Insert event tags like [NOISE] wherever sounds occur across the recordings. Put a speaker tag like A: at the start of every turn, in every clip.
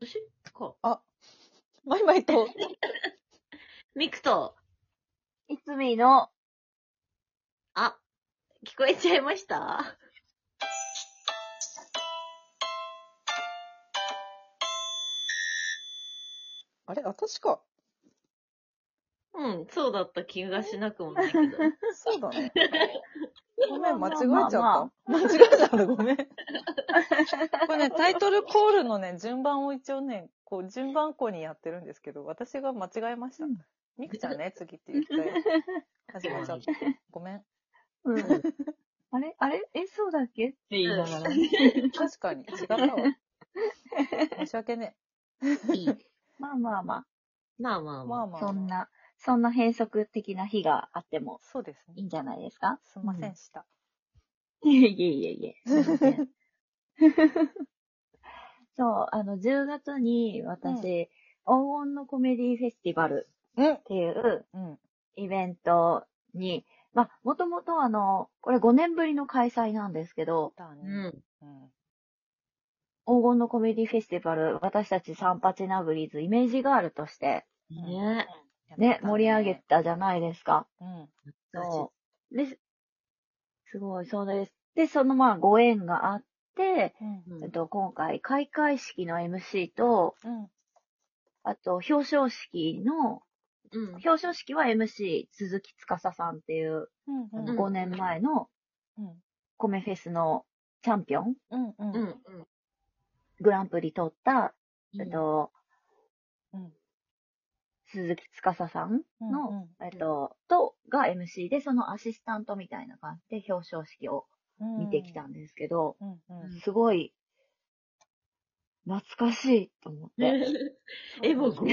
A: 牛か。
B: マイマイと、
A: ミクと、
B: いつみの、
A: あ、聞こえちゃいました
B: あれ、私か。
A: うん、そうだった気がしなくもないけど。
B: そうだね。ごめん、
C: ま
B: 間
C: あ
B: 違
C: ま
B: え
C: あ
B: ちゃった。
C: ま
B: 間違えちゃった、ごめん。こ
C: [LAUGHS]
B: れね、タイトルコールのね、順番を一応ね、こう、順番こにやってるんですけど、私が間違えました
C: うん。
B: みくちゃんね、次って言ったよ。始まっちゃった。ごめん。
C: うん。あれあれえ、そうだっけって言いながら。
B: 確かに、違ったわ。申し訳ね
A: いい
C: まあまあま
A: まあまあま
B: え。
A: あ。
B: まあま
C: あ、
B: あ。
C: そん。な、そんな変則的な日があっても
B: そうです
C: いい
B: ね。
C: んじゃないですか
B: すんませんでした。
C: [LAUGHS] いえいえいえいえ、すいません。 [LAUGHS] そう、あの、10月に私、黄金のコメディフェスティバル
B: うん
C: っ。ていう
B: うん。
C: イベントに、まあ、もともとあの、これ5年ぶりの開催なんですけど、
B: だ
A: う
B: ね。
A: ん。
B: うん。
C: 黄金のコメディフェスティバル、私たちサンパチナグリーズイメージガールとして、
A: ね
C: ね、盛り上げ。たじゃないですか。
B: うん。
C: そう。で、すごい、そうです。で、そのまあご縁があって、
B: うん。
A: う
C: えっ
A: ん。
C: と、今回開会式の MC と、
B: うん。
C: あと表彰式の、
A: うん。
C: 表彰式は MC 鈴木司さんっていう、
B: うん。
C: あ
B: うん
C: の5年前の
B: うん。
C: コメフェスのチャンピオン、
B: うん。う。
A: うんん。
C: グランプリ取った、えっと、
B: うん
C: 鈴木司さんの、
B: うん
C: えっと、と、が MC で、そのアシスタントみたいな感じで表彰式を
B: うん
C: 見てきたんですけど、
B: うんうん。
C: すごい、懐かしいと思って。
A: え、もう5
B: そう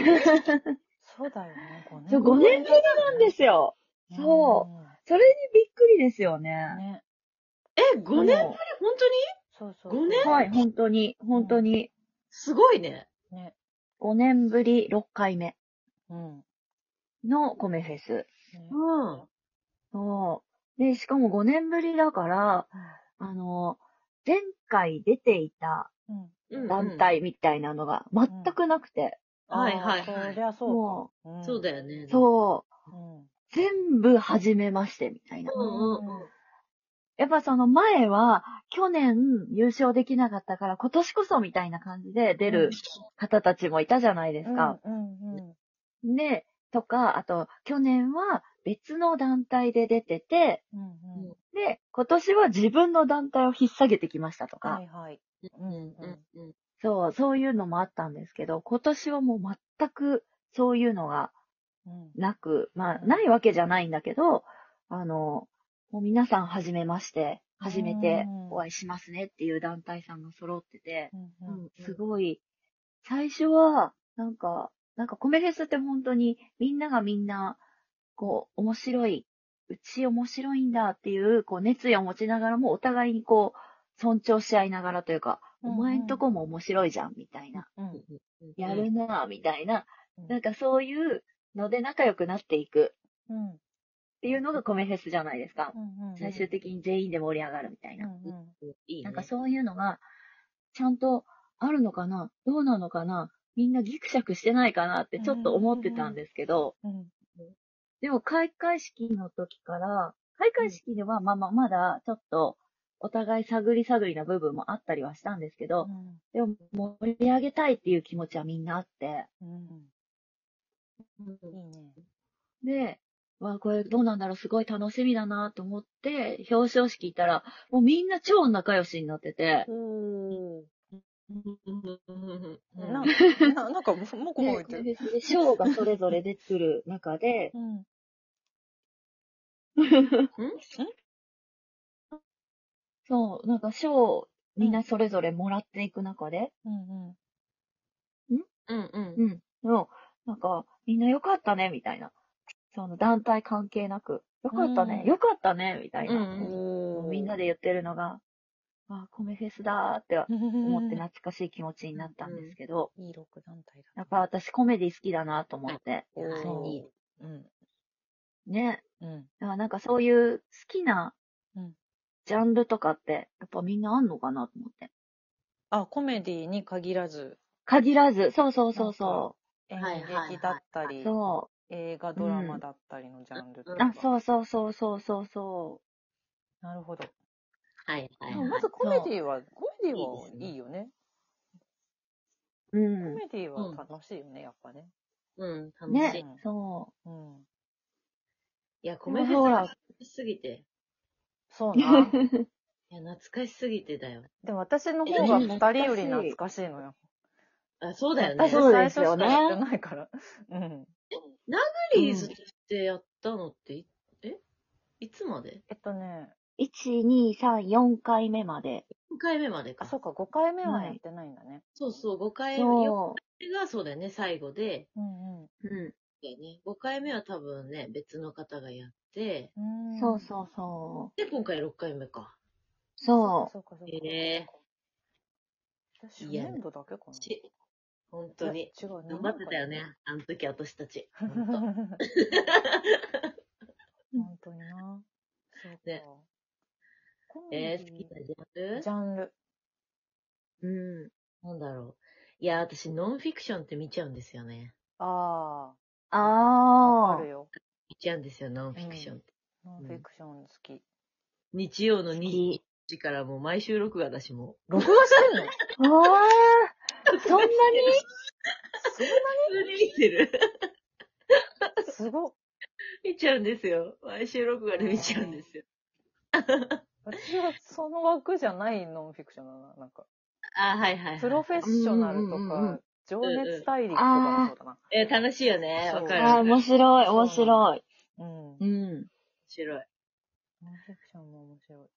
B: だよね、5年。。
C: そう5年ぶりなんですすよ。そそれにびっくりですよ
B: うん。
C: ね。
B: ね。
A: え、5年
C: も
A: 本当
C: う
A: に
B: そうそう。
A: 五年
C: はい、本当に、本当に、
A: すごいね。
B: ね。
C: 5年ぶり6回目
B: うん。
C: のコメフェス。
B: ね
A: うん。
C: そう。で、しかも5年ぶりだから、あの、前回出ていた
B: うん。
A: うん
C: 団。体みたいなのが全くなくて、
A: はいはいはい
B: あーそりゃそう
C: も
B: か。
A: うん
B: ん
A: そうだよね。
C: う、そう、
B: うん。
C: 全部初めましてみたいな。
A: うんうんうん。
C: やっぱその前は、去年優勝できなかったから今年こそみたいな感じで出る方たちもいたじゃないですか。
B: うんうん。
C: で、とか、あと、去年は別の団体で出てて、
B: うんうん。
C: で、今年は自分の団体を引っ提げてきましたとか、
B: はいはい。うん
A: うんうん。
C: そう、そういうのもあったんですけど、今年はもう全くそういうのが
B: うん。
C: なく、まあ、ないわけじゃないんだけど、あの、もう皆さん初めまして、初めて
B: うん
C: お会いしますねっていう団体さんが揃ってて、
B: うん
A: う
B: うん
A: ん。
C: すごい、最初は、なんか、なんかコメフェスって本当にみんながみんな、こう、面白い、うち面白いんだっていう、こう、熱意を持ちながらも、お互いにこう、尊重し合いながらという
B: う
C: か、
B: んうん
C: お前んとこも面白いじゃん、みたいな。
B: うん
A: うんうん。
C: やるなぁ、みたいな
B: うん。
C: なんかそういうので仲良くなっていく
B: うん
C: っていうのがコメフェスじゃないですか。
B: うんうん。
C: 最終的に全員で盛り上がるみたい
B: うん
C: な。
B: うん。
A: いいね。
C: なんかそういうのが、ちゃんとあるのかなどうなのかなみんなギクシャクしてないかなってちょっと思ってたんですけど、
B: うん
C: でも開会式の時から、開会式ではまあまあまだちょっとお互い探り探りな部分もあったりはしたんですけど、でも盛り上げたいっていう気持ちはみんなあって、
B: うん。
A: うん
B: いいね。
C: で、わあ、これどうなんだろう、すごい楽しみだなと思って、表彰式行ったら、もうみんな超仲良しになってて、
A: う
B: おー。
A: ん
B: なななんか、もうこ
C: ね
B: いてる。
C: でで賞がそれぞれ出てくる中で、
B: うん。
C: そう、なんか賞をみんなそれぞれもらっていく中で、
B: うん
A: うんうん。
C: うん、の、なんか、みんな良かったね、みたいな。その団体関係なく、良かったね、
B: うん
C: 良かったね、みたいな。
B: う。
A: うん
B: お
C: みんなで言ってるのが、ああ、米フェスだーって思
B: 思
C: って懐かしい気持ちになったんですけど、
B: いいロック団体だ。
C: やっぱ私コメディ好きだなと思って。
A: おー
C: そう
B: いいうん。
C: ね。
B: うん。
C: だからなんかそういう好きな
B: うん
C: ジャンルとかって、やっぱみんなあんのかなと思って。
B: あ、コメディに限らず。
C: 限らず、そうそうそうそ
B: 演
A: はいはいはい
B: 劇だった
C: う。
B: り、
C: そ
B: 映画、ドラマだったりのジャンルと
A: う
C: う。
B: か。
C: あ、そうそうそうそうそうそ
B: なるほど。
A: はいはい
B: で
A: は
B: も
A: い。
B: まずコメディは、コメディ
A: いい
B: は
A: ですね
B: いいよね。コ
C: う。う
B: メディ
A: うん
B: は楽しいよね、やっぱね。
A: うん、楽
C: ん。
A: しい。
C: ね、そう。
B: うん。
A: いや、米フェス
C: ほ
A: が
C: ら
A: 懐かしすぎて。
B: そう
A: い
B: な。
A: や、懐かしすぎてだよ。
B: でも私の方が二人より懐かしいのよ。
A: あ、そうだよね。
B: 私
C: そ
B: 最
C: うで
B: 初
C: す
B: し
C: よ
B: か
C: ね
B: やってないから。うん。
A: フリーズとしてやったのってい、えいつまで
B: えっとね、
C: 1、2、3、4回目まで。
A: ?5 回目まで
B: あ、
A: か。
B: そうか、5回目はやってないんだね。
A: そうそう、5回目。4
C: そ
A: 回目がそうだよね、最後で。
B: うん
C: う。う
A: だよね。5回目は多分ね、別の方がやって。
B: うん。
C: ん。そう
B: う
C: そ
B: ん。
C: うそ
A: で、
C: う。
A: 今回6回目か。
C: そ
B: そうか、そうか。
A: へえ
B: 私、初年度だけかな。
A: し、本当に。
B: いや。違う、
A: 頑張ってたよね。あの時、私たち。
B: 二年
A: 本
B: 間
A: 当
B: だね。本当にな。そうか。
A: ね
B: コメ
A: え
B: デ
A: ー、
B: ィ
A: 好きなジャンル
B: ジャンル。
C: う。うん。
A: なんだろう。いや、私、ノンフィクションって見ちゃうんですよね。
B: ああ、わ
C: あ
B: かる
C: あ。
B: よ。
A: 見ちゃうんですよ、ノンフィクションって。
B: ノンフィクション好き。
A: 日曜の
C: 好
A: 2
C: き。
A: 時からもう毎週録画だし、も
B: 録画してんの
C: ああ。そんなに
A: う。それで見てる。
B: すごっ。
A: 見ちゃうんですよ。毎週録画で見ちゃうんですよ。
B: 私はその枠じゃないノンフィクションだな。なんか、
A: あ、はいはい、はい。
B: プロフェッショナルと
C: うんうんうん
B: か
C: うん、
B: 情熱大陸とかもそうだな。
A: えー楽しいよね。
B: そう
A: わかる。
C: ああ、
A: 面
C: 面白い、面白い。
B: うん。ノン
C: うん。
A: 白い。
B: フィクションも面白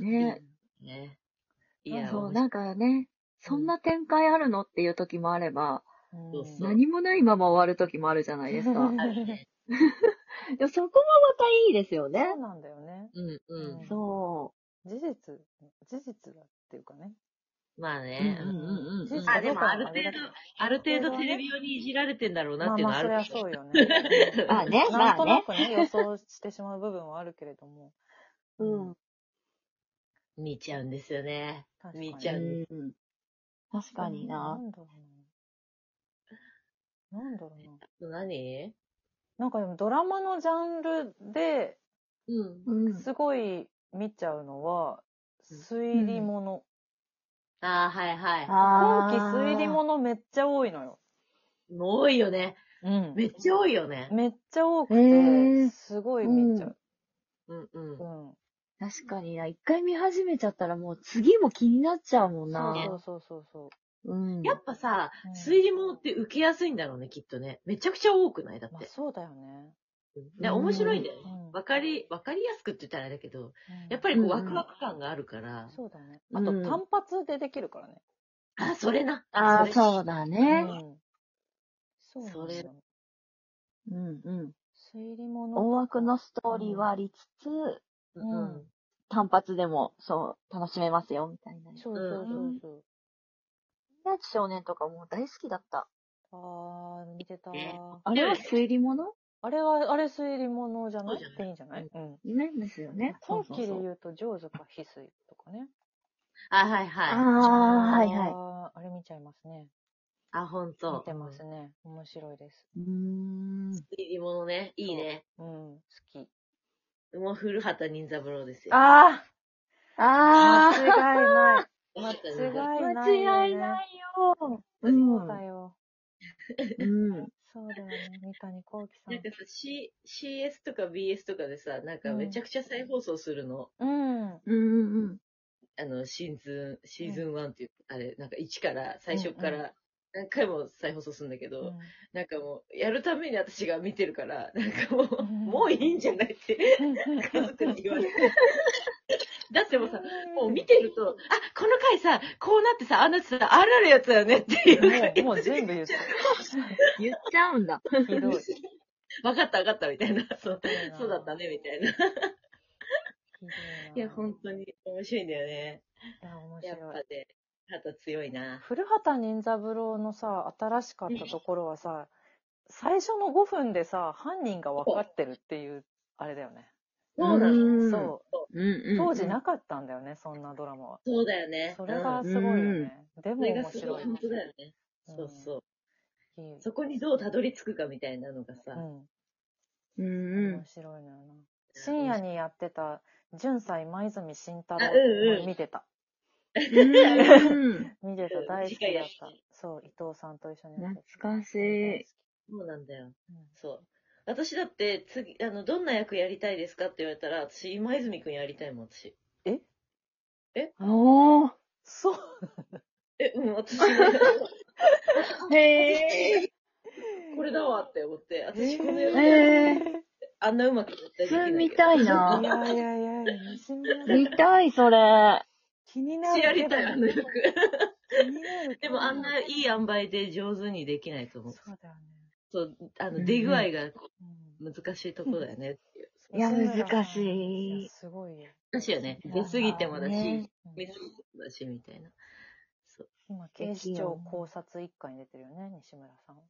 B: い。
C: ね
A: ね。いや、
C: そう、
A: 面
C: なんかね、そんな展開あるのっていう時もあれば、
B: うん。
A: そうそう
C: 何もないまま終わる時もあるじゃないで
B: [LAUGHS]
C: すか。
A: 白いね。
C: でもそこもまたいいですよね
B: そ。うなんだよね。
A: [LAUGHS] うんうん。
C: そ
B: 事実、事実だっていうかね。
A: まあ
C: う。
A: ね。
B: 事実
A: あ、
B: か
A: で
B: どう
A: もあ
B: か
A: る
B: もあ
A: 程
B: れだけ
A: 度
B: ど。、
A: ある程度テレビ用にいじられてんだろうなっ
B: まあ
A: ていうの
B: ま
A: は
B: あ、
A: あ
B: そ
A: るけど
B: りゃそうよ
A: [LAUGHS]
B: ね。うん
C: まあね、
B: な
C: ま
B: んと
C: あ
B: な
C: ね。
B: くね、予想してしまう部分はあるけれども。
C: うん。
A: 見ちゃうんですよね。
B: 確かに
A: 見ちゃう
C: うん確かにな
B: な。んだろうな。なんだろうな。
A: 何
B: なんかでもドラマのジャンルで
A: うん。
C: うん。
B: すごい見ちゃうのは、推理もの。
A: ああ、はいは
B: 今
C: あ
B: 期推理ものめっちゃ多いのよ。
A: い。もう多いよね。
B: うん
A: めっちゃ多いよね。
B: めっちゃ多く
C: へ
B: て、
C: ー
B: すごい見ちゃう。
A: うんう。
B: うんん。
C: 確かにな。一回見始めちゃったらもう次も気になっちゃうもんな。
B: そうそうそうそう。
C: うん。
A: やっぱさ、
B: うん
A: 推理物って受けやすいんだろうね、きっとね。めちゃくちゃ多くないだっ
B: まあ
A: て。
B: そうだよね。
A: ね、面白いんだよね
B: う。ん
A: わかり、わかりやすくって言ったらあれだけど、やっぱ
B: り。
A: りこう
C: う
A: ワ
C: ん
A: クワク感があるから。
B: そうだね。
C: う
B: あ
C: ん
B: と単発でできるからね。
A: あ、それな。
C: ああ、
A: それ
C: そうだね。
B: うん。そうなんだよ。
C: うんうん。
B: 推理もの。
C: 大枠のストーリーはありつつ、
A: うん。
B: うん
C: 単発でも、そう、楽しめますよ、みたいな。
B: そうそうそうそう。
C: 宮内少年とかもう大好きだった。
B: あー、見てた。
A: ね
C: あれは推理もの
B: あれは、あれ推理物じゃない
A: そうじゃない
B: っていいんじゃないうん。
C: なんですよね。
B: 今期
C: そう
B: で
C: そうそう
B: 言うと、上手か翡翠とかね。
A: あ、はいはい。
C: ああ、はいはい。
B: あーあれ見ちゃいますね。
A: あ、ほんと。
B: 見てますね。面白いです。
C: うーん。
A: 推理物ね。いいね。
B: うん、好き。
A: もう古畑任三郎ですよ。
B: あ
C: ああ、
B: 間違
A: 間違
B: いない。間違いない、。
C: 間違いないいよ。う。
B: そうんだよ。
C: うん。
B: そうだよね。三谷幸喜さ
A: なんかさ、C、CS とか BS とかでさ、なんか
B: うん
A: めちゃくちゃ再放送するの。
B: ん。うん。
C: うんうんうん。
A: あの、シーズン、シーズン1っていう、あれ、なんか1から、最初か
B: うんう
A: ら、何回も再放送するんだけど、
B: うん
A: なんかもう、やるために私が見てるから、なんかもう、
B: うん
A: もういいんじゃないって、家族に言われて。
B: [LAUGHS]
A: だってもうさ、もう見てると、あ、この回さ、こうなってさ、あんなってさ、あるあるやつだよねっていうから
B: もう、もう全部言った。
C: 言っちゃうんだ。
B: ひどい。ひ
A: 分かった分かったみたいな、そう
B: どい
A: [LAUGHS]
B: な
A: そうだった。ねみたいな。い
B: ひどいな。
A: や、本当に面白いんだよね。
B: い
A: や
B: や、面
A: っぱ
B: 白い。
A: ね、肌強いな。
B: 古畑任三郎のさ、新しかったところはさ、最初の5分でさ、犯人が分かってるっていう、あれだよね。
A: そうなの。
C: ん。
B: そう
C: うんう
B: う。
C: ん。
B: 当時なかったんだよね、そんなドラマは。
A: そうだよね。
B: それが
A: うん
B: すごいよね。で
A: そ
B: も
A: れが
B: 面
A: すご
B: 白
A: い、
B: い。
A: 本当だよね。
B: うん
A: そうそう。
B: いい
A: そこにどうたどり着くかみたいなのがさ。
B: うん。
C: うん
B: 面
C: う
B: 白いのよな。深夜にやってた、純才今泉慎太郎
A: あうんうん
B: 見てた。
C: ん。うん。
B: 見て
A: うん
B: た、大好きだっ
A: 次回や
B: た
A: る。
B: そう、伊藤さんと一緒にやってた。
C: 懐かしい
A: そうなんだよ。
B: 大好き。
A: そう。私だって、次、あの、どんな役やりたいですかって言われたら、私、今泉くんやりたいもん、私。
C: おー。
B: そう。
A: え、うん、
B: [LAUGHS]
A: 私、
C: へえ。
A: これだわって思って、私、この
B: え
A: 役、
C: ーえ
A: あんなうまく絶対できない
C: そ
A: け
C: れ
A: ど。
C: 見たい
B: い
C: な。
B: やいやいや、西村さ
A: [LAUGHS]
B: ん
C: 見たい、それ。
B: 気にな
A: 私
B: るけど。
A: やりたい、あの役。
B: 気になるけ
A: [LAUGHS] で
B: ど
A: も、あんないい塩梅で上手にできないと思う。
B: そうだよね。
A: そう、あ
C: う
A: の、
C: ん
A: 出具合が
B: うん
A: 難しいところだよねっていう。
C: いや
B: 西村さん
C: 難しい
B: やすごいよ。
A: 難しいよね。
B: うん
A: 出過ぎてもだし、
C: ね
B: うん
A: 見過ぎてもだし、みたいな。そう。
B: 今、警視
C: でき
B: 庁
C: よ
B: 考察一課に出てるよね、西村さん。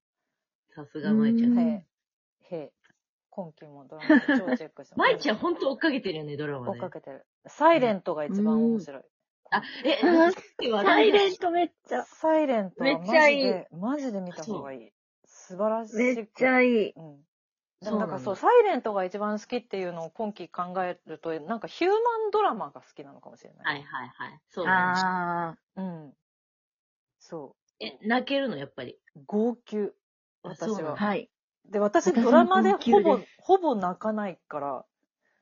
A: さすが舞ちゃん。
C: うん
B: へえ、へえ、今期もドラマ超チェッ
C: [LAUGHS]
B: クしてます
A: 舞ちゃん、ほんと追っかけてるよね、ドラマ
B: 追っ
A: ね。
B: かけてる。サイレントが一番面白い。
A: あ、え、
C: うん
A: さっきは
C: サイレントめっちゃ、
B: サイレントは
C: め
B: マ
C: っ
B: ジ
C: ちゃいい
B: で、マジで見た方がいい。素晴らしい。
C: めっちゃいい。
B: うん。で
A: そ
B: も
A: う
B: な
A: なんん
B: か
A: だ
B: そう、サイレントが一番好きっていうのを今期考えると、なんかヒューマンドラマが好きなのかもしれない。
A: はいはいはい。そうだね。
C: あ
B: うん。そ
A: え、泣けるの、やっぱり。
B: う。号泣。
A: あ
B: 私
A: そうな
C: あ。
A: ん
B: は
A: だ。
C: はい。
B: で、私
C: 私も
B: ドラマで
C: 号泣
B: ほぼ
C: で、
B: ほぼ泣かないから、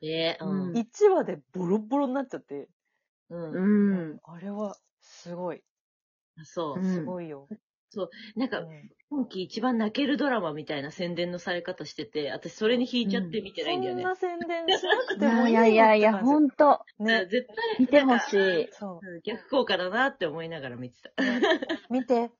A: えー、うん。
B: 1話でボロボロになっちゃって、
A: う。
C: うんん。
B: あれはすごい。
A: そうう。
C: ん
B: すごいよ。
A: なん
B: う
A: か、
B: ん
A: 今季一番泣けるドラマみたいな宣伝のされ方してて、私それに引いちゃって見てないんだよね。
B: そんな宣伝しなく
C: い
B: ても
C: や
B: い
C: い
B: い
C: やいやいや、
B: よって感じ
C: ほんと、
B: ね。
A: 絶対、
C: 見てほしい。
B: そ
C: [LAUGHS]
A: うん逆効果だなって思いながら見てた。
B: う。ね見て。